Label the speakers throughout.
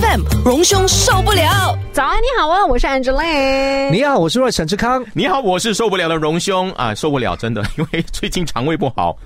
Speaker 1: M，荣兄受不了。
Speaker 2: 早安，你好啊，我是 Angeline。
Speaker 3: 你好，我是沈志康。
Speaker 4: 你好，我是受不了的荣兄啊，受不了，真的， 因为最近肠胃不好。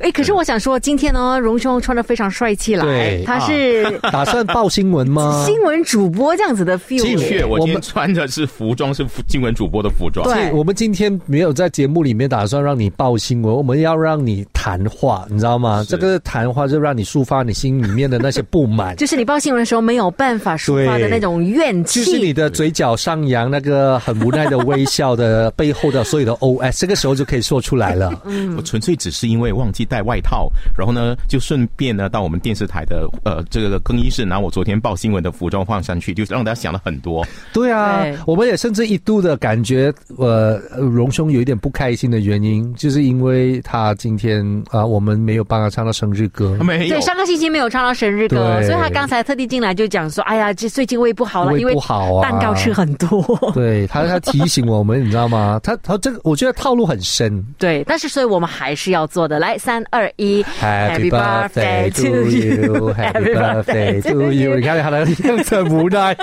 Speaker 2: 哎，可是我想说，今天呢，荣兄穿的非常帅气来
Speaker 3: 对，啊
Speaker 2: 他是
Speaker 3: 打算报新闻 吗？
Speaker 2: 新闻主播这样子的 feel。
Speaker 4: 的确，我
Speaker 3: 我
Speaker 4: 今
Speaker 3: 们
Speaker 4: 天穿的是服装， 是服新闻主播的服装。
Speaker 2: 对，
Speaker 3: 我们今天没有在节目里面打算让你报新闻，我们要让你谈话，你知道吗？这个谈话就让你抒发你心里面的那些不满
Speaker 2: 就是你报新闻的时候没有办法抒发的
Speaker 3: 对
Speaker 2: 那种怨气，
Speaker 3: 就是你的嘴角上扬那个很无奈的微笑的背后的所有的 OS，这个时候就可以说出来了。
Speaker 4: 嗯我纯粹只是因为忘记带外套，然后呢，就顺便呢到我们电视台的呃这个更衣室拿我昨天报新闻的服装放上去，就让大家想了很 多。
Speaker 3: 对啊，
Speaker 2: 对
Speaker 3: 我们也甚至一度的感觉，呃，荣兄有一点不开心的原因，就是因为他今天啊、我们没有帮他唱到生日歌。
Speaker 4: 没有
Speaker 2: 对，，上个星期没有唱到生日歌，
Speaker 3: 对
Speaker 2: 所以他刚才特地进来就讲说，哎呀，这最近胃不好了，因
Speaker 3: 胃
Speaker 2: 为
Speaker 3: 不好啊，
Speaker 2: 蛋糕吃很多。
Speaker 3: 对他，他提醒我们，你知道吗？ 他他这个，我觉得套路很深。
Speaker 2: 对，但是所以我们还是要做的。来，三二一
Speaker 3: Happy birthday to you, Happy birthday to you。你看他的样子很无奈。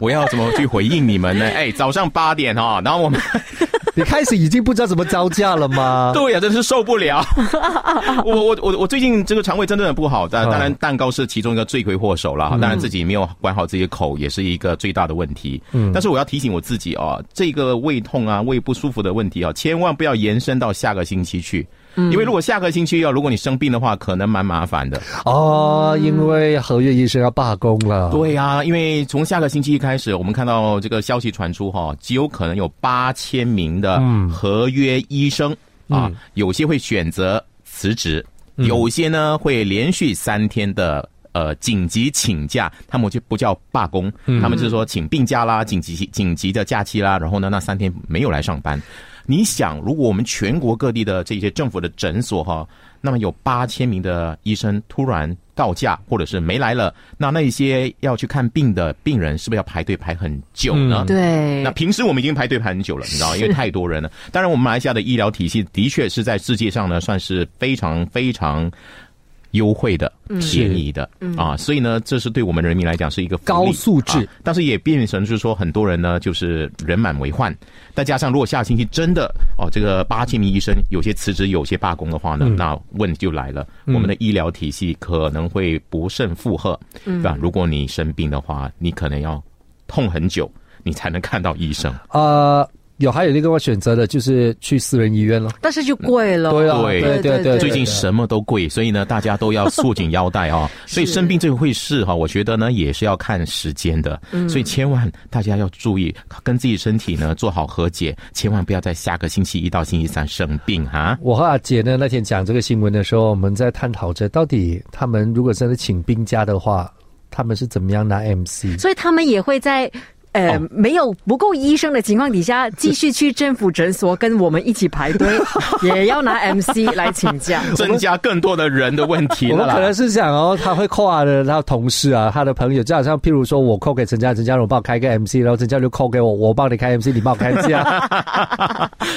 Speaker 4: 我要怎么去回应你们呢？哎，早上八点哦，然后我们
Speaker 3: 你开始已经不知道怎么招架了吗？
Speaker 4: 对呀、真是受 不了。我我我我最近这个肠胃真的很不好，但
Speaker 3: 嗯
Speaker 4: 当然蛋糕是其中一个罪魁祸首了。当然自己没有管好自己的口，也是一个最大的问题。
Speaker 3: 嗯
Speaker 4: 但是我要提醒我自己哦，这个胃痛啊、胃不舒服的问题啊，千万不要延伸到下个星期去。
Speaker 3: 嗯
Speaker 4: 因为如果下个星期要、如果你生病的话，可能蛮麻烦的。
Speaker 3: 哦，因为合约医生要罢工了。
Speaker 4: 对呀、因为从下个星期一开始，我们看到这个消息传出哈，极有可能有八千名的
Speaker 3: 嗯
Speaker 4: 合约医生、啊
Speaker 3: 嗯，
Speaker 4: 有些会选择辞职，
Speaker 3: 嗯
Speaker 4: 有些呢会连续三天的。呃，紧急请假，他们就不叫罢工，
Speaker 3: 嗯
Speaker 4: 他们就是说请病假啦，紧急紧急的假期啦，然后呢，那三天没有来上班。你想，如果我们全国各地的这些政府的诊所哈，那么有八千名的医生突然告假，或者是没来了，那那一些要去看病的病人是不是要排队排很久呢？
Speaker 3: 嗯
Speaker 2: 对
Speaker 4: 那，平时我们已经排队排很久了，你知道，因为太多人了。当然，我们马来西亚的医疗体系的确是在世界上呢，算是非常非常优惠的、便宜的啊，所以呢，这是对我们人民来讲是一个福利
Speaker 3: 高素质
Speaker 4: 啊但是也变成就是说，很多人呢就是人满为患。再加上如果下星期真的哦，这个八千名医生有些辞职，有些罢工的话呢，
Speaker 3: 嗯
Speaker 4: 那问题就来了，
Speaker 3: 嗯
Speaker 4: 我们的医疗体系可能会不胜负荷，
Speaker 3: 嗯
Speaker 4: 对吧？如果你生病的话，你可能要痛很久。你才能看到医生，
Speaker 3: 呃，有还有另外选择的，就是去私人医院了。
Speaker 2: 但是就贵了。
Speaker 3: 对啊，
Speaker 4: 对
Speaker 3: 对对对，
Speaker 4: 最近
Speaker 3: 是
Speaker 4: 什么都贵，所以呢，大家都要束紧腰 带啊、所以生病这回事哈、我觉得呢也是要看时间的，
Speaker 3: 嗯
Speaker 4: 所以千万大家要注意，跟自己身体呢做好和解，千万不要在下个星期一到星期三生病哈。
Speaker 3: 我和阿杰呢那天讲这个新闻的时候，我们在探讨着到底他们如果真的请病假的话，他们是怎么样拿 MC？
Speaker 2: 所以他们也会在。呃，
Speaker 4: 哦
Speaker 2: 没有不够医生的情况底下，继续去政府诊所跟我们一起排队，也要拿 MC 来请假。
Speaker 4: 增加更多的人的问题
Speaker 3: 我
Speaker 4: 了
Speaker 3: 们可能
Speaker 4: 啦。
Speaker 3: 是想哦，他会 call 他的他的同事啊，他的朋友，就好像譬如说我 call 给陈家，陈家荣帮我开个 MC，然后陈家就 call 给我，我帮你开 MC，你帮我开假。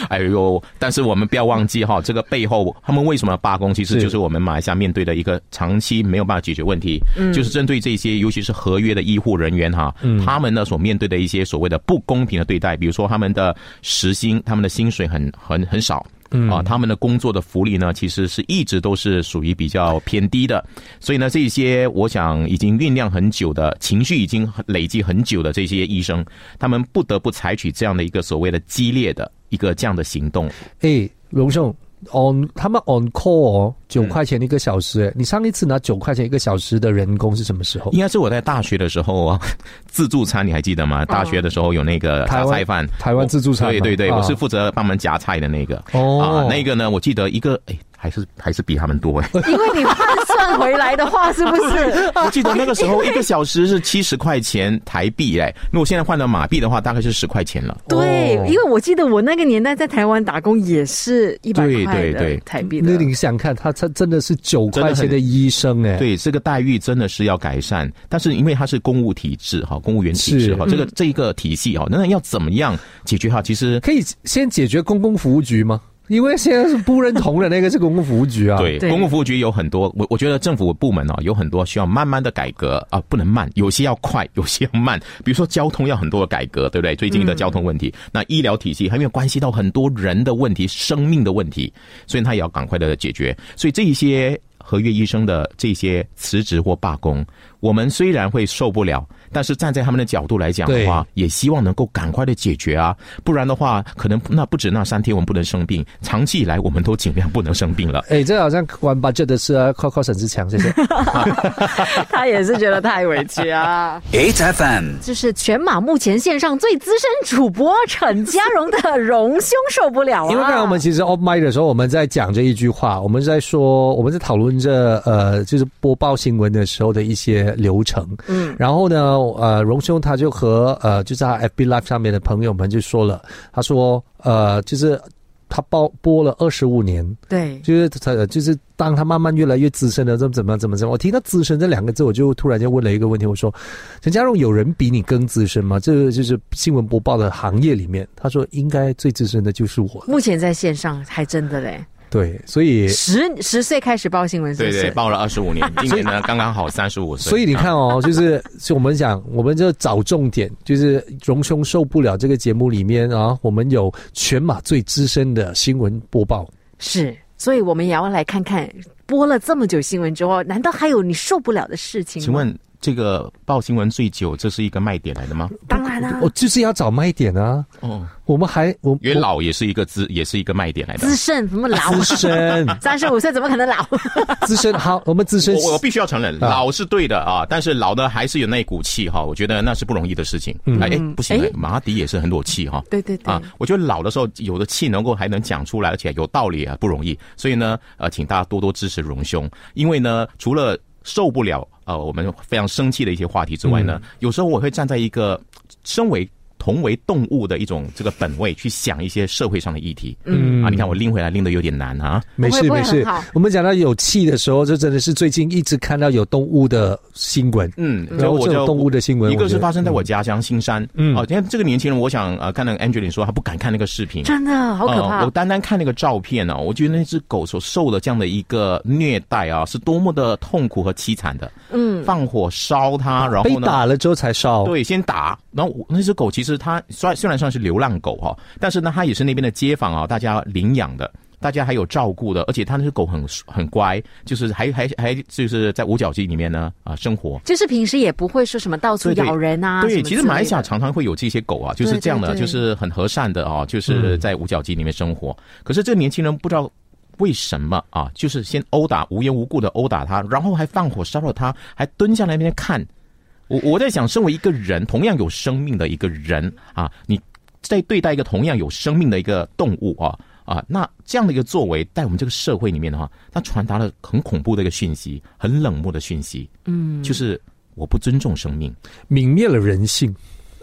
Speaker 4: 哎呦，但是我们不要忘记哈，这个背后他们为什么罢工，其实
Speaker 3: 是
Speaker 4: 就是我们马来西亚面对的一个长期没有办法解决问题，就是针对这些尤其是合约的医护人员哈，他们呢所面对的一些所谓的不公平的对待，比如说他们的时薪、他们的薪水很很很少。啊，他们的工作的福利呢，其实是一直都是属于比较偏低的，所以呢，这些我想已经酝酿很久的情绪，已经累积很久的这些医生，他们不得不采取这样的一个所谓的激烈的一个这样的行动。
Speaker 3: 哎，荣兄，on 他们 on call 哦，九块钱一个小时、哎你上一次拿九块钱一个小时的人工是什么时候？
Speaker 4: 应该是我在大学的时候啊， 自助餐你还记得吗？大学的时候有那个
Speaker 3: 嗯台
Speaker 4: 杂
Speaker 3: 湾
Speaker 4: 菜饭，
Speaker 3: 台湾自助餐嘛
Speaker 4: 对对对，
Speaker 3: 啊
Speaker 4: 我是负责帮忙夹菜的那个。
Speaker 3: 哦
Speaker 4: 啊，那个呢，我记得一个哎。还是还是比他们多 哎、
Speaker 2: 因为你换算回来的话，是不 是？
Speaker 4: 我记得那个时候一个小时是七十块钱台币哎、如果现在换到马币的话，大概是十块钱了。
Speaker 2: 对，
Speaker 3: 哦
Speaker 2: 因为我记得我那个年代在台湾打工也是一百
Speaker 4: 对
Speaker 2: 块
Speaker 4: 对
Speaker 2: 的
Speaker 4: 对
Speaker 2: 台币
Speaker 3: 那
Speaker 2: 的。
Speaker 3: 你想看，他他真的是九
Speaker 4: 真的
Speaker 3: 块
Speaker 4: 很
Speaker 3: 钱的医生哎、
Speaker 4: 对，这个待遇真的是要改善，但是因为它是公务体制哈，公务员体
Speaker 3: 是嗯
Speaker 4: 制哈，这个这一个体系哈，那要怎么样解决哈？其实
Speaker 3: 可以先解决公共服务局吗？因为现在是不认同的那个是公共服务局啊。
Speaker 4: 对，
Speaker 2: 对
Speaker 4: 公共服务局有很多，我我觉得政府部门哦，有很多需要慢慢的改革啊，不能慢，有些要快， 有些要慢。比如说交通要很多的改革，对不对？最近的交通问题，那医疗体系还没有关系到很多人的问题、生命的问题，所以他也要赶快的解决。所以这一些合约医生的这些辞职或罢工，我们虽然会受不了，但是站在他们的角度来讲的话，也希望能够赶快的解决啊，不然的话，可能那不止那三天我们不能生病，长期以来我们都尽量不能生病了。
Speaker 3: 哎，这好像关 budget 的事啊，靠靠沈志强，谢谢。
Speaker 2: 他也是觉得太委屈啊。
Speaker 5: 8FM.
Speaker 2: 就是全马目前线上最资深主播陈家荣的荣兄受不了啊！
Speaker 3: 因为刚才我们其实 off mic 的时候，我们在讲这一句话，我们在说，我们在讨论这呃，就是播报新闻的时候的一些流程。嗯，然后呢，呃，荣兄他就和呃，就是他 FB Live 上面的朋友们就说了，他说呃，就是他播播了二十五年，
Speaker 2: 对
Speaker 3: 就是他就是当他慢慢越来越资深了，怎么怎么样怎么怎么样，我听到资深这两个字，我就突然间问了一个问题，我说陈家荣有人比你更资深吗？这个就是新闻播报的行业里面，他说应该最资深的就是我。
Speaker 2: 目前在线上还真的嘞，
Speaker 3: 对，所以
Speaker 2: 十十岁开始报新闻，是
Speaker 4: 对
Speaker 2: 不是？
Speaker 4: 对，报了二十五年，今年呢刚刚好三十五岁。
Speaker 3: 所以你看
Speaker 4: 啊，
Speaker 3: 哦，就是是我们讲，我们就找重点，就是荣兄受不了这个节目里面啊，我们有全马最资深的新闻播报。
Speaker 2: 是，所以我们也要来看看，播了这么久新闻之后，难道还有你受不了的事情吗？
Speaker 4: 请问这个报新闻最久，这是一个卖点来的吗？
Speaker 2: 当然啦、
Speaker 3: 我哦就是要找卖点啊，
Speaker 4: 哦，
Speaker 3: 我们还我
Speaker 4: 元老也是一个资，也是一个卖点来的
Speaker 2: 资。深怎么 老
Speaker 3: 我？资深
Speaker 2: 三十五岁怎么可能老？
Speaker 3: 资深好，我们资深
Speaker 4: 我我必须要承认，
Speaker 3: 啊
Speaker 4: 老是对的啊，但是老的还是有那股气哈，我觉得那是不容易的事情。哎，哎不行
Speaker 2: 哎，
Speaker 4: 马迪也是很有气哈。
Speaker 2: 对对对，
Speaker 4: 啊，我觉得老的时候有的气能够还能讲出来，而且有道理啊，不容易。所以呢，呃，请大家多多支持荣兄，因为呢，呃除了受不了呃我们非常生气的一些话题之外呢，
Speaker 3: 嗯
Speaker 4: 有时候我会站在一个呃身为同为动物的一种这个本位去想一些社会上的议题。嗯啊，你看我拎回来拎的有点难啊。
Speaker 3: 没
Speaker 2: 不会
Speaker 3: 事
Speaker 2: 不会
Speaker 3: 没事
Speaker 2: 很好。
Speaker 3: 我们讲到有气的时候，就真的是最近一直看到有动物的新闻，
Speaker 4: 嗯，
Speaker 3: 然后
Speaker 4: 我
Speaker 3: 这
Speaker 4: 就
Speaker 3: 种动物的新闻，
Speaker 4: 一个是
Speaker 3: 我觉得
Speaker 4: 发生在我家乡新山，嗯，哦，因为这个年轻人，我想呃，看那个 Angeline 说，他不敢看那个视频，
Speaker 2: 真的好可怕。
Speaker 4: 呃我单单看那个照片呢、我觉得那只狗所受的这样的一个虐待啊，是多么的痛苦和凄惨的。嗯，放火烧它，然
Speaker 3: 被
Speaker 4: 后呢？
Speaker 3: 打了之后才烧，
Speaker 4: 对，先打，然后我那只狗其实它虽虽然算是流浪狗哈、但是呢，它也是那边的街坊啊、大家领养的，大家还有照顾的，而且它那只狗很很乖，就是还还还就是在五角星里面呢啊、生活，
Speaker 2: 就是平时也不会说什么到处
Speaker 4: 对对
Speaker 2: 咬人啊，
Speaker 4: 对，
Speaker 2: 什么
Speaker 4: 其实
Speaker 2: 之
Speaker 4: 马来
Speaker 2: 类
Speaker 4: 西亚
Speaker 2: 的
Speaker 4: 常常会有这些狗啊，就是
Speaker 2: 对
Speaker 4: 这样的，
Speaker 2: 对对嗯
Speaker 4: 就是很和善的啊，就是在五角鸡里面生活。可是这个年轻人不知道。为什么啊？就是先殴打，无缘无故的殴打他，然后还放火烧了他，还蹲下来那边看。我我在想，身为一个人，同样有生命的一个人啊，你在对待一个同样有生命的一个动物啊啊，那这样的一个作为，在我们这个社会里面的话，它传达了很恐怖的一个讯息，很冷漠的讯息。嗯，就是我不尊重生命。
Speaker 3: 泯灭了人性。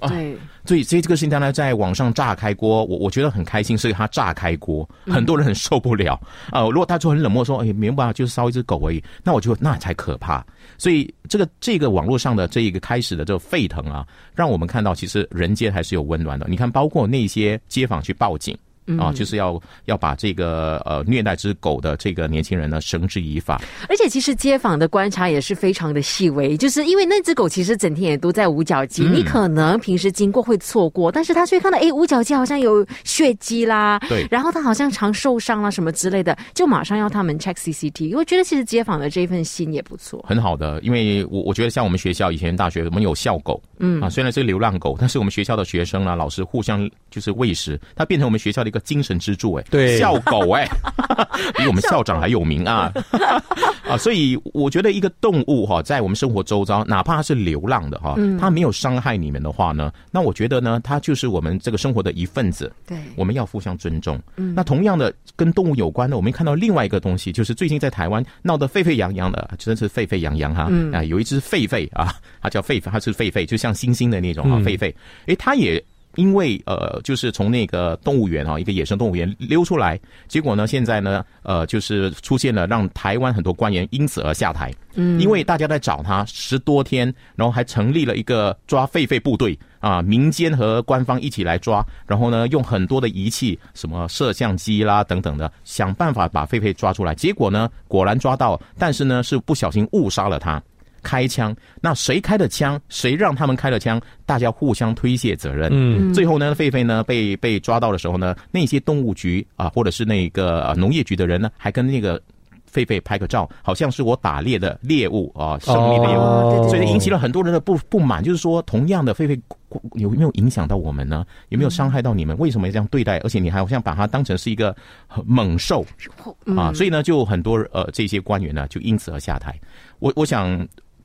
Speaker 4: 啊
Speaker 2: 对，
Speaker 4: 所以，所以这个事情当然在网上炸开锅，我我觉得很开心，是他炸开锅，很多人很受不了。呃，如果他就很冷漠说，哎，明白啊，就是烧一只狗而已，那我就那才可怕。所以，这个这个网络上的这一个开始的这个沸腾啊，让我们看到其实人间还是有温暖的。你看，包括那些街坊去报警。啊，就是要要把这个呃虐待只狗的这个年轻人呢绳之以法。
Speaker 2: 而且其实街坊的观察也是非常的细微，就是因为那只狗其实整天也都在五角鸡，
Speaker 4: 嗯
Speaker 2: 你可能平时经过会错过，但是它却看到诶哎五角鸡好像有血迹啦，
Speaker 4: 对
Speaker 2: 然后它好像常受伤啦什么之类的，就马上要他们 check CCT。我觉得其实街坊的这份心也不错，
Speaker 4: 很好的，因为我我觉得像我们学校以前大学，我们有校狗，嗯啊，虽然是流浪狗，但是我们学校的学生啊，老师互相就是喂食，它变成我们学校的一个精神支柱，哎，
Speaker 3: 对
Speaker 4: 校狗哎，比我们校长还有名啊啊，所以我觉得一个动物哈、在我们生活周遭，哪怕它是流浪的哈、它没有伤害你们的话呢，那我觉得呢，它就是我们这个生活的一份子，
Speaker 2: 对
Speaker 4: 我们要互相尊重。那同样的，跟动物有关的，我们看到另外一个东西，就是最近在台湾闹得沸沸扬扬的，真是沸沸扬扬哈。 啊，有一只狒狒啊，它叫狒狒，它是狒狒，就像猩猩的那种啊，狒狒。诶，它也因为呃，就是从那个动物园啊哈，一个野生动物园溜出来，结果呢，现在呢，呃，就是出现了让台湾很多官员因此而下台，嗯，因为大家在找他十多天，然后还成立了一个抓狒狒部队啊，民间和官方一起来抓，然后呢，用很多的仪器，什么摄像机啦等等的，想办法把狒狒抓出来，结果呢，果然抓到，但是呢，是不小心误杀了他。开枪，那谁开的枪，谁让他们开的枪，大家互相推卸责任。嗯，最后呢，狒狒呢被被抓到的时候呢，那些动物局啊，或者是那个、呃农业局的人呢，还跟那个。狒狒拍个照，好像是我打猎的猎物啊，胜利猎物，
Speaker 3: 哦对对对
Speaker 4: 所以引起了很多人的不不满，就是说，同样的狒狒有没有影响到我们呢？有没有伤害到你们？为什么要这样对待？而且你还好像把它当成是一个很猛兽，啊，所以呢，就很多呃这些官员呢就因此而下台。我我想，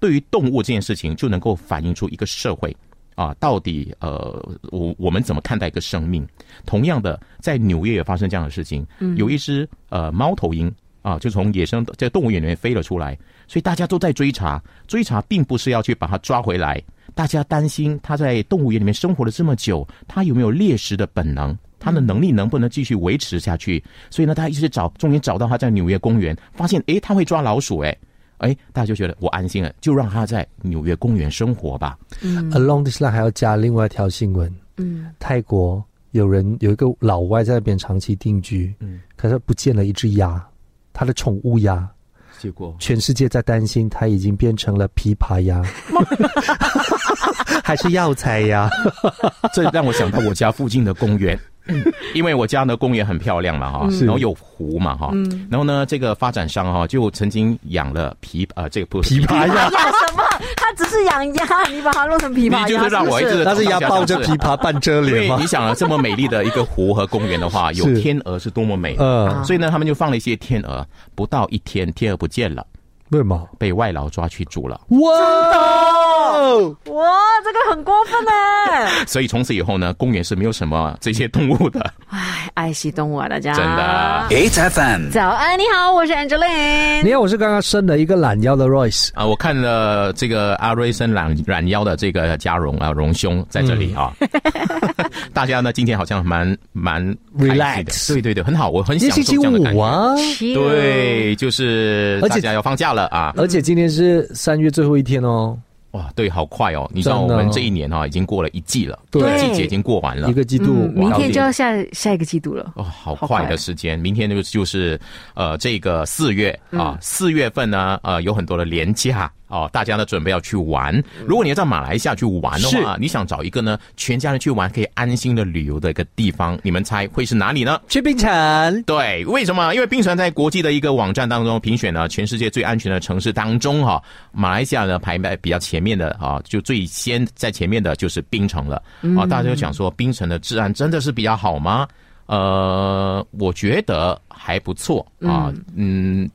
Speaker 4: 对于动物这件事情，就能够反映出一个社会啊，到底呃我我们怎么看待一个生命。同样的，在纽约也发生这样的事情，有一只呃猫头鹰。啊，就从野生在动物园里面飞了出来，所以大家都在追查。追查并不是要去把它抓回来，大家担心它在动物园里面生活了这么久，它有没有猎食的本能？它的能力能不能继续维持下去？所以呢，大家一直找，终于找到它在纽约公园，发现诶，它会抓老鼠诶，诶，大家就觉得我安心了，就让它在纽约公园生活吧。
Speaker 3: Along this line 还要加另外一条新闻，嗯，泰国有人有一个老外在那边长期定居，嗯，可是不见了一只鸭，他的宠物鸭，
Speaker 4: 结果
Speaker 3: 全世界在担心它已经变成了琵琶鸭，还是药材 鸭？
Speaker 4: 这让我想到我家附近的公园。因为我家呢公园很漂亮嘛哈，然后有湖嘛哈，然后呢这个发展商哈就曾经养了琵呃这个不是
Speaker 3: 琵 琶鸭，
Speaker 2: 养什么？他只是养鸭，你把它弄成琵琶鸭，
Speaker 4: 你就是让我一
Speaker 2: 是不
Speaker 4: 直
Speaker 2: 是
Speaker 3: 那是鸭抱着琵琶半遮
Speaker 4: 因为
Speaker 3: 脸吗
Speaker 4: 你？想啊，这么美丽的一个湖和公园的话，有
Speaker 3: 是
Speaker 4: 天鹅是多么美，
Speaker 3: 呃，
Speaker 4: 所以呢，他们就放了一些天鹅。不到一天，天鹅不见了，
Speaker 3: 为什么？
Speaker 4: 被外劳抓去煮了。
Speaker 3: 哇！
Speaker 2: 哇，这个很过分 呢！
Speaker 4: 所以从此以后呢，公园是没有什么这些动物的，
Speaker 2: 唉，爱惜动物啊，大家
Speaker 4: 真的。
Speaker 5: 8FM.
Speaker 2: 早安，你好，我是 Angeline。
Speaker 3: 你看，我是刚刚伸了一个懒腰的 Royce。
Speaker 4: 啊，我看了这个阿瑞森懒懒腰的这个嘉荣啊，荣兄在这里啊， 大家呢今天好像蛮蛮开心的
Speaker 3: Relax
Speaker 4: 对对对，很好，我很
Speaker 3: 今
Speaker 4: 享
Speaker 3: 天星
Speaker 4: 受
Speaker 3: 期
Speaker 4: 这样的感
Speaker 3: 五
Speaker 4: 觉。
Speaker 3: 啊，
Speaker 4: 对，就是
Speaker 3: 而
Speaker 4: 大
Speaker 3: 且
Speaker 4: 家要放假了啊！
Speaker 3: 而且今天是三月最后一天哦，
Speaker 4: 哇，对，好快哦！你知道
Speaker 3: 真
Speaker 4: 我
Speaker 3: 的
Speaker 4: 们这一年哈、已经过了一季了，
Speaker 3: 对
Speaker 4: 一季节已经过完了
Speaker 3: 一。个季度
Speaker 2: 嗯，明
Speaker 3: 哇
Speaker 2: 天就要下下一个季度了。
Speaker 4: 哦，好
Speaker 2: 好
Speaker 4: 快
Speaker 2: 快
Speaker 4: 的时间！明天就就是呃，这个四月
Speaker 3: 嗯
Speaker 4: 啊，四、月份呢，呃，有很多的廉价哦，大家呢准备要去玩。
Speaker 3: 嗯
Speaker 4: 如果你要在马来西亚去玩的话，你想找一个呢全家人去玩可以安心的旅游的一个地方，你们猜会是哪里呢？
Speaker 3: 去冰城，
Speaker 4: 对，为什么？因为冰城在国际的一个网站当中评选了全世界最安全的城市当中哈、马来西亚呢排在比较前面的啊，就最先在前面的就是冰城了啊。大家就想说，冰城的治安真的是比较好吗？呃，我觉得还不错啊，嗯。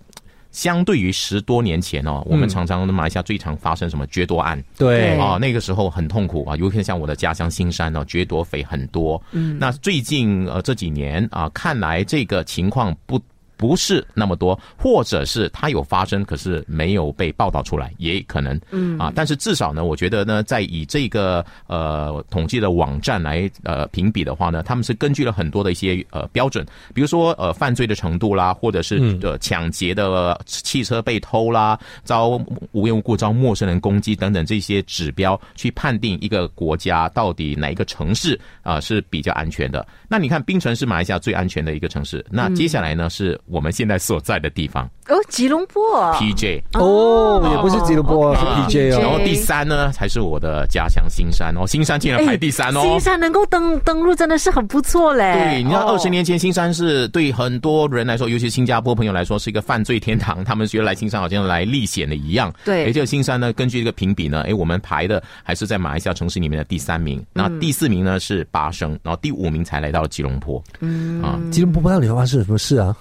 Speaker 4: 相对于十多年前哦，我们常常马来西亚最常发生什么掠夺案，
Speaker 3: 对
Speaker 2: 对，
Speaker 4: 啊，那个时候很痛苦啊，尤其像我的家乡新山呢、掠夺匪很多。嗯，那最近呃这几年啊，看来这个情况不不是那么多，或者是它有发生，可是没有被报道出来，也可能。嗯啊，但是至少呢，我觉得呢，在以这个呃统计的网站来呃评比的话呢，他们是根据了很多的一些呃标准，比如说呃犯罪的程度啦，或者是呃抢劫的汽车被偷啦，遭无缘无故遭陌生人攻击等等这些指标，去判定一个国家到底哪一个城市啊、呃是比较安全的。那你看，槟城是马来西亚最安全的一个城市。那接下来呢，是我们现在所在的地方
Speaker 2: 哦，吉隆坡
Speaker 4: PJ。
Speaker 3: 哦，也不是吉隆坡，是
Speaker 4: 啊
Speaker 3: PJ
Speaker 4: 然
Speaker 3: 啊哦。
Speaker 4: 后第三呢，才是我的家乡新山哦，新山竟然排
Speaker 3: 哎
Speaker 4: 第三哦，
Speaker 2: 哎新山能够登登录真的是很不错嘞。
Speaker 4: 对，你知道
Speaker 2: 哦
Speaker 4: 二十年前新山是对很多人来说，尤其新加坡朋友来说是一个犯罪天堂，他们觉得来新山好像来历险的一样。
Speaker 2: 对
Speaker 4: 而且新山呢，根据这个评比呢，诶，我们排的还是在马来西亚城市里面的第三名，那第四名呢是巴生，然后第五名才来到了吉隆坡。嗯啊，
Speaker 3: 吉隆坡到底发生了什么事啊？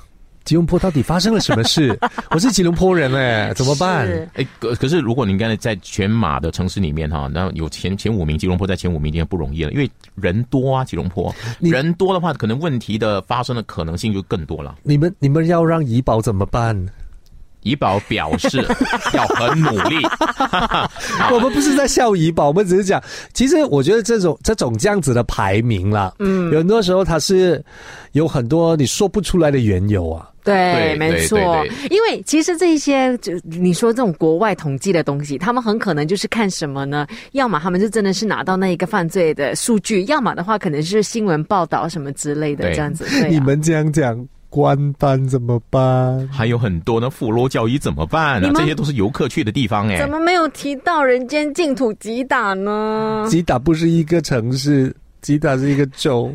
Speaker 3: 吉隆坡到底发生了什么事？我是吉隆坡人哎、怎么办？
Speaker 2: 是
Speaker 4: 哎，可可是如果你刚才在全马的城市里面哈，那有前前五名，吉隆坡在前五名已经不容易了，因为人多啊，吉隆坡
Speaker 3: 你
Speaker 4: 人多的话，可能问题的发生的可能性就更多了。
Speaker 3: 你们你们要让怡保怎么办？
Speaker 4: 怡宝表示要很努力，
Speaker 3: 我们不是在笑怡宝，我们只是讲，其实我觉得这种这种这样子的排名啦，嗯，有很多时候它是有很多你说不出来的缘由啊。
Speaker 2: 对，
Speaker 4: 对
Speaker 2: 没
Speaker 4: 对
Speaker 2: 错
Speaker 4: 对对，
Speaker 2: 因为其实这些就你说这种国外统计的东西，他们很可能就是看什么呢？要么他们就真的是拿到那一个犯罪的数据，要么的话可能是新闻报道什么之类的
Speaker 4: 对
Speaker 2: 这样子。对啊、
Speaker 3: 你们这样讲，关班怎么办？
Speaker 4: 还有很多呢，富罗教育怎么办
Speaker 2: 你
Speaker 4: 啊？
Speaker 2: 们
Speaker 4: 这些都是游客去的地方哎、
Speaker 2: 怎么没有提到人间净土吉打呢？
Speaker 3: 吉打不是一个城市，吉打是一个州。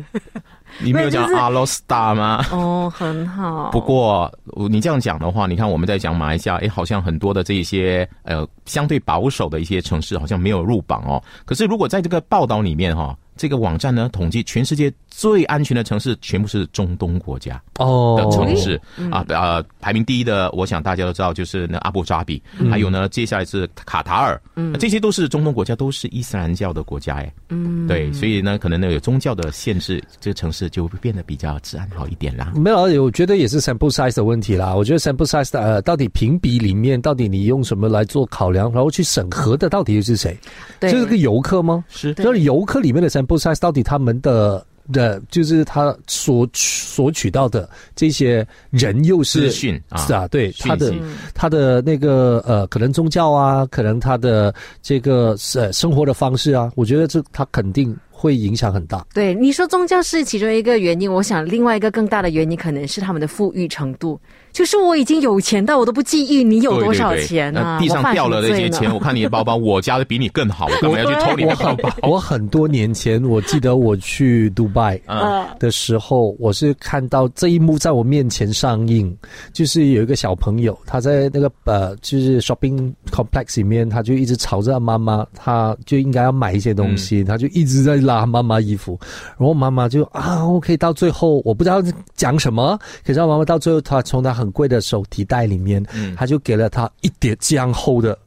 Speaker 4: 你没有讲
Speaker 2: 没有就是
Speaker 4: 阿罗斯达吗？
Speaker 2: 哦，很好。
Speaker 4: 不过你这样讲的话，你看我们在讲马来西亚，诶，好像很多的这一些呃相对保守的一些城市好像没有入榜哦。可是如果在这个报道里面哈、这个网站呢统计全世界最安全的城市，全部是中东国家
Speaker 3: 哦
Speaker 4: 的城市、啊，呃，排名第一的，我想大家都知道就是那阿布扎比，还有呢，接下来是卡塔尔，嗯，这些都是中东国家，都是伊斯兰教的国家哎，嗯，对，所以呢，可能呢有宗教的限制，这个城市就会变得比较治安好一点啦。
Speaker 3: 没有，我觉得也是 sample size 的问题啦。我觉得 sample size 的呃，到底评比里面到底你用什么来做考量，然后去审核的到底又是谁？
Speaker 2: 对
Speaker 3: 就是个游客吗？
Speaker 4: 是
Speaker 3: 就是游客里面的 sample size 到底他们的的，就是他所索取到的这些人又是
Speaker 4: 资讯啊
Speaker 3: 是啊，对
Speaker 4: 讯息
Speaker 3: 他的他的那个呃，可能宗教啊，可能他的这个呃生活的方式啊，我觉得这他肯定会影响很大。
Speaker 2: 对，你说宗教是其中一个原因，我想另外一个更大的原因可能是他们的富裕程度，就是我已经有钱到我都不介意你有
Speaker 4: 对
Speaker 2: 多
Speaker 4: 对
Speaker 2: 少
Speaker 4: 对
Speaker 2: 钱
Speaker 4: 呃
Speaker 2: 啊，
Speaker 4: 地上掉了
Speaker 2: 的
Speaker 4: 那些钱，我看你的包包，我家的比你更好，我干嘛要去偷你
Speaker 3: 我
Speaker 4: 的包
Speaker 3: 很
Speaker 4: 包？
Speaker 3: 我很多年前，我记得我去杜拜，
Speaker 4: 嗯，
Speaker 3: 的时候，我是看到这一幕在我面前上映，就是有一个小朋友，他在那个呃，就是 shopping complex 里面，他就一直吵着妈妈，他就应该要买一些东西，
Speaker 4: 嗯
Speaker 3: 他就一直在拉妈妈衣服，然后妈妈就啊，OK，到最后我不知道讲什么，可是妈妈到最后，她从她很贵的手提袋里面，
Speaker 4: 嗯
Speaker 3: 她就给了他一叠这样厚的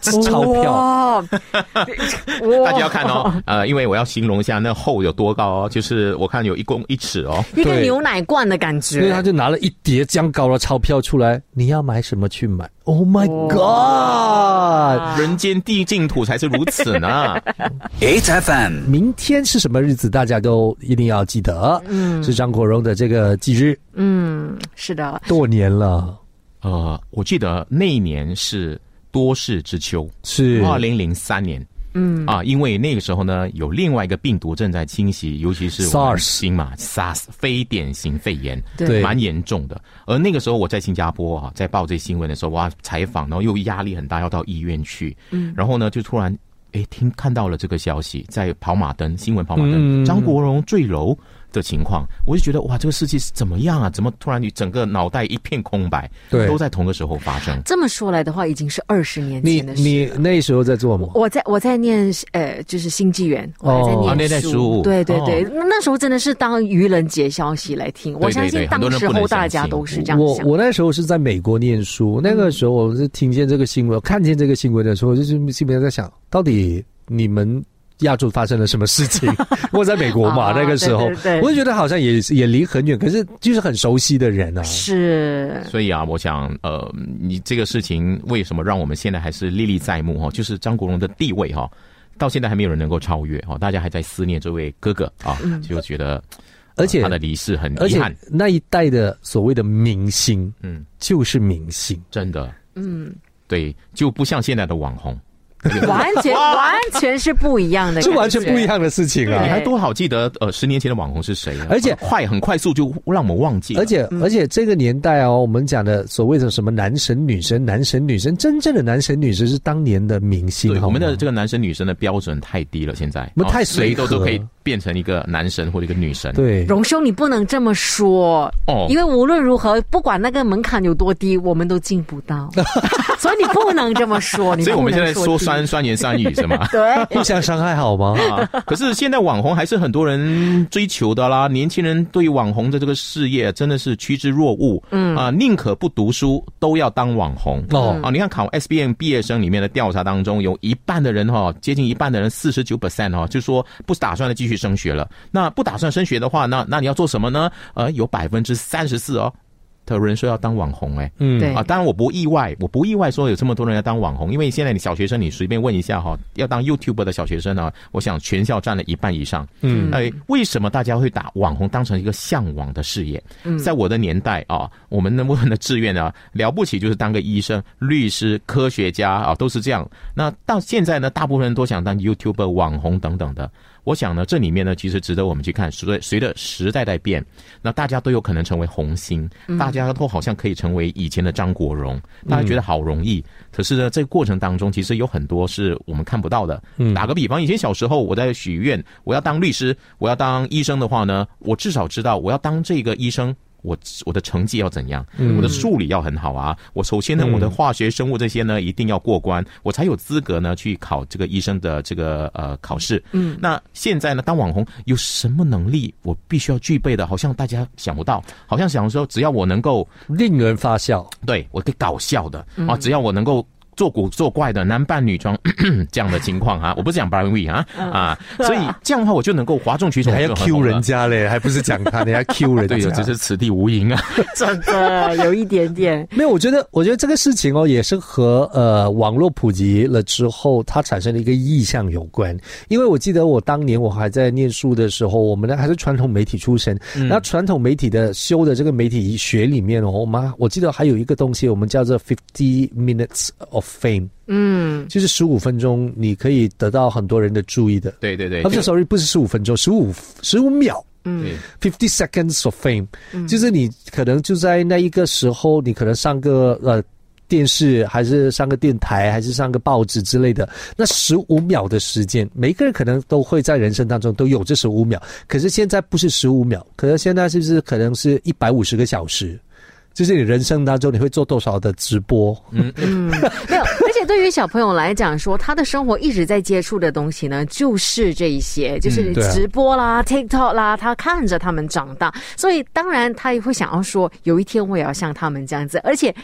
Speaker 3: 钞票。
Speaker 2: 哇，
Speaker 4: 大
Speaker 2: 大
Speaker 4: 家要看哦，呃，因为我要形容一下那厚有多高哦，就是我看有一公一尺哦。
Speaker 2: 一个
Speaker 3: 对
Speaker 2: 牛奶罐的感
Speaker 3: 所以他
Speaker 2: 觉。
Speaker 3: 就拿了一叠这样高的钞票出来，你要买什么去买？Oh my god！
Speaker 4: 人间地净土才是如此呢。
Speaker 5: 8FM.
Speaker 3: 明天是什么日子？大家都一定要记得，嗯，是张国荣的这个忌日，
Speaker 2: 嗯，是的，
Speaker 3: 多年了，
Speaker 4: 呃，我记得那一年是多事之秋，
Speaker 3: 是
Speaker 4: 二零零三年。嗯啊，因为那个时候呢，有另外一个病毒正在侵袭，尤其是我们
Speaker 3: SARS
Speaker 4: 新嘛 SARS 非典型肺炎，
Speaker 3: 对
Speaker 4: 蛮严重的。而那个时候我在新加坡啊，在报这新闻的时候，哇，采访，然后又压力很大，要到医院去，嗯，然后呢，就突然。诶，听看到了这个消息，在跑马灯新闻跑马灯，
Speaker 3: 嗯
Speaker 4: 张国荣坠楼的情况，我就觉得哇，这个世界是怎么样啊？怎么突然你整个脑袋一片空白？
Speaker 3: 对
Speaker 4: 都在同个时候发生。
Speaker 2: 这么说来的话，已经是二十年
Speaker 3: 你
Speaker 2: 前的事。
Speaker 3: 你那时候在做吗？
Speaker 2: 我在我在念呃，就是新纪元，我还在
Speaker 3: 哦
Speaker 2: 念书。
Speaker 4: 啊那代书
Speaker 2: 对对
Speaker 4: 哦
Speaker 2: 对，那那时候真的是当愚人节消息来听，我
Speaker 4: 对对
Speaker 2: 相信
Speaker 4: 对很多
Speaker 2: 当
Speaker 4: 人
Speaker 2: 时
Speaker 4: 不能
Speaker 2: 候大
Speaker 4: 相
Speaker 2: 家
Speaker 4: 信
Speaker 2: 都是这样
Speaker 3: 我
Speaker 2: 想。嗯
Speaker 3: 我那时候是在美国念书，那个时候我是听见这个新闻，看见这个新闻的时候，我就是心里面在想，到底你们亚洲发生了什么事 情？我在美国嘛，
Speaker 2: 啊
Speaker 3: 那个时候
Speaker 2: 对对对
Speaker 3: 我就觉得好像也是也离很远，可是就是很熟悉的人啊。
Speaker 2: 是
Speaker 4: 所以啊，我想，呃，你这个事情为什么让我们现在还是历历在目哈、哦？就是张国荣的地位哈、到现在还没有人能够超越哈、哦，大家还在思念这位哥哥啊，就觉得，
Speaker 3: 嗯而且
Speaker 4: 呃他的离世很
Speaker 3: 而
Speaker 4: 遗
Speaker 3: 且
Speaker 4: 憾，
Speaker 3: 那一代的所谓的明星
Speaker 4: 嗯，
Speaker 3: 就是明星，
Speaker 4: 真的，嗯，对，就不像现在的网红，
Speaker 2: 完全完全是不一样的，
Speaker 3: 是完全不一。样的事情
Speaker 4: 你
Speaker 3: 啊。
Speaker 4: 还多好记得呃，十年前的网红是谁啊、
Speaker 3: 而且
Speaker 4: 快很快速就让我们忘记了，
Speaker 3: 而且
Speaker 2: 嗯
Speaker 3: 而且这个年代哦，我们讲的所谓的什么男神女神，男神女神，真正的男神女神是当年的明星
Speaker 4: 对，，
Speaker 3: 好
Speaker 4: 我们
Speaker 3: 吗
Speaker 4: 的这个男生女生的标准太低了，现在
Speaker 3: 我们太
Speaker 4: 哦谁
Speaker 3: 随
Speaker 4: 都
Speaker 3: 和
Speaker 4: 都可以变成一个男神或者一个女神，
Speaker 3: 对。
Speaker 2: 荣兄，你不能这么说，
Speaker 4: 哦，
Speaker 2: 因为无论如何，不管那个门槛有多低，我们都进不到，所以你不能这么说。你
Speaker 4: 所以我们现在说酸
Speaker 2: 酸，
Speaker 4: 酸言酸语是吗？
Speaker 2: 对，
Speaker 3: 互相伤害好吗？
Speaker 4: 啊， 可是现在网红还是很多人追求的啦，年轻人对网红的这个事业真的是趋之若鹜，嗯啊，宁可不读书都要当网红。
Speaker 3: 哦
Speaker 4: 啊，你看考 S B M 毕业生里面的调查当中，有一半的人哈、接近一半的人四十九 percent 哈，就说不打算继续升学了。那不打算升学的话，那那你要做什么呢？呃，有百分之三十四哦。的人说要当网红、哎，
Speaker 3: 嗯
Speaker 2: 对
Speaker 4: 啊，当然我不意外，我不意外说有这么多人要当网红，因为现在你小学生，你随便问一下哈，要当 YouTuber 的小学生呢，我想全校占了一半以上。
Speaker 3: 嗯
Speaker 4: 哎，为什么大家会把网红当成一个向往的事业？在我的年代啊，我们那部分的志愿呢，了不起就是当个医生、律师、科学家啊，都是这样。那到现在呢，大部分人都想当 YouTuber、网红等等的。我想呢，这里面呢，其实值得我们去看。随随着时代在变，那大家都有可能成为红星，大家都好像可以成为以前的张国荣，大家觉得好容易。可是呢，这个过程当中，其实有很多是我们看不到的。打个比方，以前小时候我在许愿，我要当律师，我要当医生的话呢，我至少知道我要当这个医生。我我的成绩要怎样？我的数理要很好啊！我首先呢，我的化学、生物这些呢，一定要过关，我才有资格呢去考这个医生的这个呃考试。嗯，那现在呢，当网红有什么能力我必须要具备的？好像大家想不到，好像想说只要我能够
Speaker 3: 令人发笑。
Speaker 4: 对我可以搞笑的
Speaker 2: 嗯
Speaker 4: 啊，只要我能够。做古做怪的男扮女装 这样的情况啊，我不是讲 Brian We 啊
Speaker 2: 嗯
Speaker 4: 啊，所以这样的话我就能够哗众取
Speaker 3: 你
Speaker 4: 宠，
Speaker 3: 还要
Speaker 4: 就很
Speaker 3: Q
Speaker 4: 红了
Speaker 3: 人家嘞，还不是讲他，你还 Q 人家。
Speaker 4: 对，只是此地无银 啊。
Speaker 2: 真的嗯呃有一点点，
Speaker 3: 没有，我觉得，我觉得这个事情哦，也是和呃网络普及了之后，它产生的一个意向有关。因为我记得我当年我还在念书的时候，我们呢还是传统媒体出身，那、传统媒体的修的这个媒体学里面哦，我们我记得还有一个东西，我们叫做 fifty minutes of fame，
Speaker 2: 嗯，
Speaker 3: 就是十五分钟你可以得到很多人的注意的。
Speaker 4: 对对哎对，
Speaker 3: 啊，不是，sorry，不是十五分钟，十五十五秒。
Speaker 4: 对
Speaker 3: Fifty seconds of fame，、就是你可能就在那一个时候，你可能上个呃电视，还是上个电台，还是上个报纸之类的。那十五秒的时间，每个人可能都会在人生当中都有这十五秒。可是现在不是十五秒，可是现在是不是可能是一百五十个小时？就是你人生当中你会做多少的直播？
Speaker 2: 没有，而且对于小朋友来讲说，他的生活一直在接触的东西呢，就是这一些，就是
Speaker 3: 嗯对啊
Speaker 2: 直播啦、TikTok 啦，他看着他们长大，所以当然他也会想要说，有一天我也要像他们这样子。而且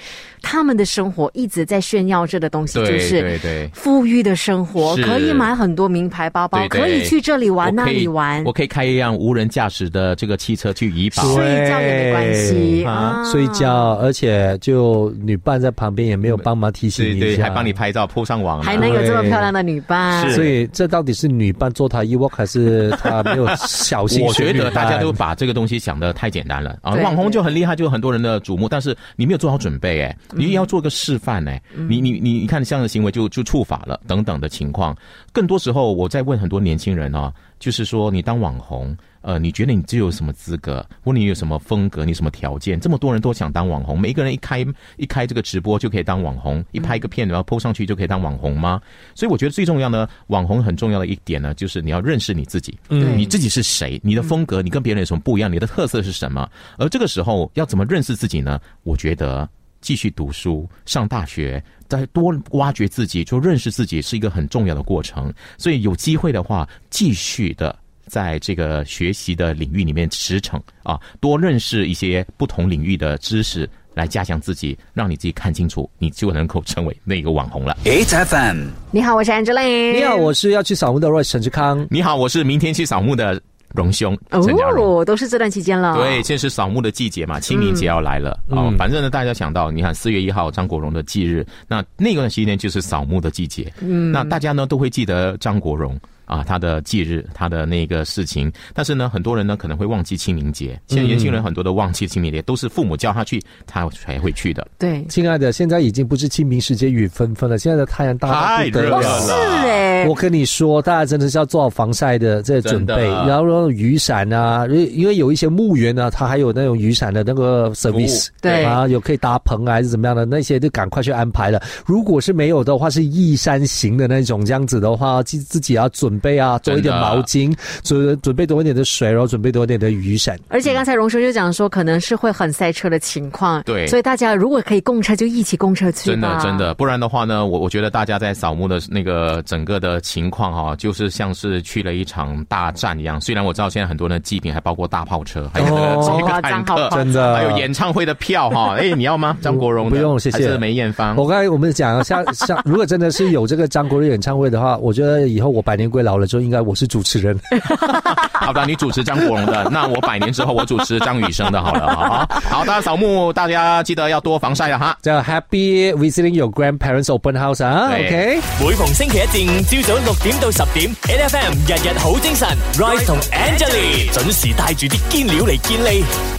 Speaker 2: 他们的生活一直在炫耀着的东西，就
Speaker 4: 对
Speaker 2: 是
Speaker 4: 对对。
Speaker 2: 富裕的生活，
Speaker 4: 是
Speaker 2: 可以买很多名牌包包，
Speaker 4: 对对
Speaker 2: 可以去这里玩
Speaker 4: 我
Speaker 2: 那
Speaker 4: 可以
Speaker 2: 里玩
Speaker 4: 我，可以开一辆无人驾驶的这个汽车去怡保。
Speaker 3: 是
Speaker 2: 睡觉也没关系
Speaker 3: 对
Speaker 2: 啊，
Speaker 3: 睡觉，而且就女伴在旁边也没有帮忙提醒
Speaker 4: 对
Speaker 3: 你一
Speaker 4: 对，
Speaker 3: 下，
Speaker 4: 还帮你拍照 PO 上网了。啊
Speaker 2: 还能有这么漂亮的女伴
Speaker 4: 是，
Speaker 3: 所以这到底是女伴做她 e work 还是她没有小心？
Speaker 4: 我觉得大家都把这个东西想的太简单了啊！
Speaker 2: 对
Speaker 4: 网红就很厉害，就有很多人的瞩目，但是你没有做好准备哎、
Speaker 2: 嗯
Speaker 4: 你也要做个示范哎、你你你你看这样的行为就就触法了等等的情况。更多时候我在问很多年轻人啊，就是说你当网红。呃，你觉得你自己有什么资格，或者你有什么风格，你什么条件？这么多人都想当网红，每一个人一开一开这个直播就可以当网红，一拍一个片然后 PO 上去就可以当网红吗？所以我觉得最重要呢，网红很重要的一点呢，就是你要认识你自己，
Speaker 2: 嗯
Speaker 4: 你自己是谁，你的风格，你跟别人有什么不一样，你的特色是什么？而这个时候要怎么认识自己呢？我觉得继续读书、上大学，再多挖掘自己，就认识自己是一个很重要的过程。所以有机会的话，继续的。在这个学习的领域里面驰骋啊，多认识一些不同领域的知识，来加强自己，让你自己看清楚，你就能够成为那个网红了。
Speaker 5: 8FM.
Speaker 2: 你好，我是 Angela，
Speaker 3: 你好，我是要去扫墓的 Roy 沈志康。
Speaker 4: 你好，我是明天去扫墓的荣兄陈家荣。
Speaker 2: 哦，都是这段期间了，
Speaker 4: 对，现在是扫墓的季节嘛，清明节要来了啊、哦。反正呢，大家想到，你看四月一号张国荣的忌日，那那段时间就是扫墓的季节。嗯，那大家呢都会记得张国荣。啊，他的忌日，他的那个事情，但是呢，很多人呢可能会忘记清明节。现在年轻人很多都忘记清明节，都是父母叫他去，他才会去的。
Speaker 2: 对。
Speaker 3: 亲爱的，现在已经不是清明时节雨纷纷了，现在的太阳大得不得
Speaker 4: 太热
Speaker 2: 哦，
Speaker 4: 了
Speaker 2: 是哎、
Speaker 3: 我跟你说，大家真的是要做好防晒的这个准备，
Speaker 4: 真的啊
Speaker 3: 然后雨伞啊，因为因为有一些墓园呢、它还有那种雨伞的那个
Speaker 4: 务
Speaker 3: service，
Speaker 2: 对
Speaker 3: 啊，有可以搭棚啊还是怎么样的，那些就赶快去安排了。如果是没有的话，是一山型的那种这样子的话，自自己要准备啊，多一点
Speaker 4: 真的
Speaker 3: 毛巾，准准备多一点的水，然后准备多一点的雨伞。
Speaker 2: 而且刚才荣叔就讲说，可能是会很塞车的情况，
Speaker 4: 对
Speaker 2: 所以大家如果可以共车，就一起共车去
Speaker 4: 真的
Speaker 2: 吧
Speaker 4: 真，的，不然的话呢，我我觉得大家在扫墓的那个整个的情况哈、就是像是去了一场大战一样。虽然我知道现在很多人的祭品还包括大炮车，还有
Speaker 3: 哦
Speaker 4: 这
Speaker 2: 好夸
Speaker 4: 个
Speaker 2: 张
Speaker 4: 坦
Speaker 2: 好
Speaker 4: 克，
Speaker 2: 夸张
Speaker 3: 真的
Speaker 4: 还有演唱会的票哈、 哎，你要吗？张国荣的
Speaker 3: 不用谢谢
Speaker 4: 还是梅艳芳
Speaker 3: 我。刚才我们讲啊，像像如果真的是有这个张国荣演唱会的话，我觉得以后我百年归老了之后，应该我是主持人。
Speaker 4: 好的，你主持张国荣的，那我百年之后我主持张雨生的，好了，好，好的，扫墓大家记得要多防晒了啊哈。
Speaker 3: 叫 Happy visiting your grandparents open house ah, 啊
Speaker 4: 对
Speaker 3: ，OK。
Speaker 5: 每逢星期一至五朝早六點到十點，N F M 日日好精神，Rise 同 Angelie 準時帶住啲堅料嚟健利。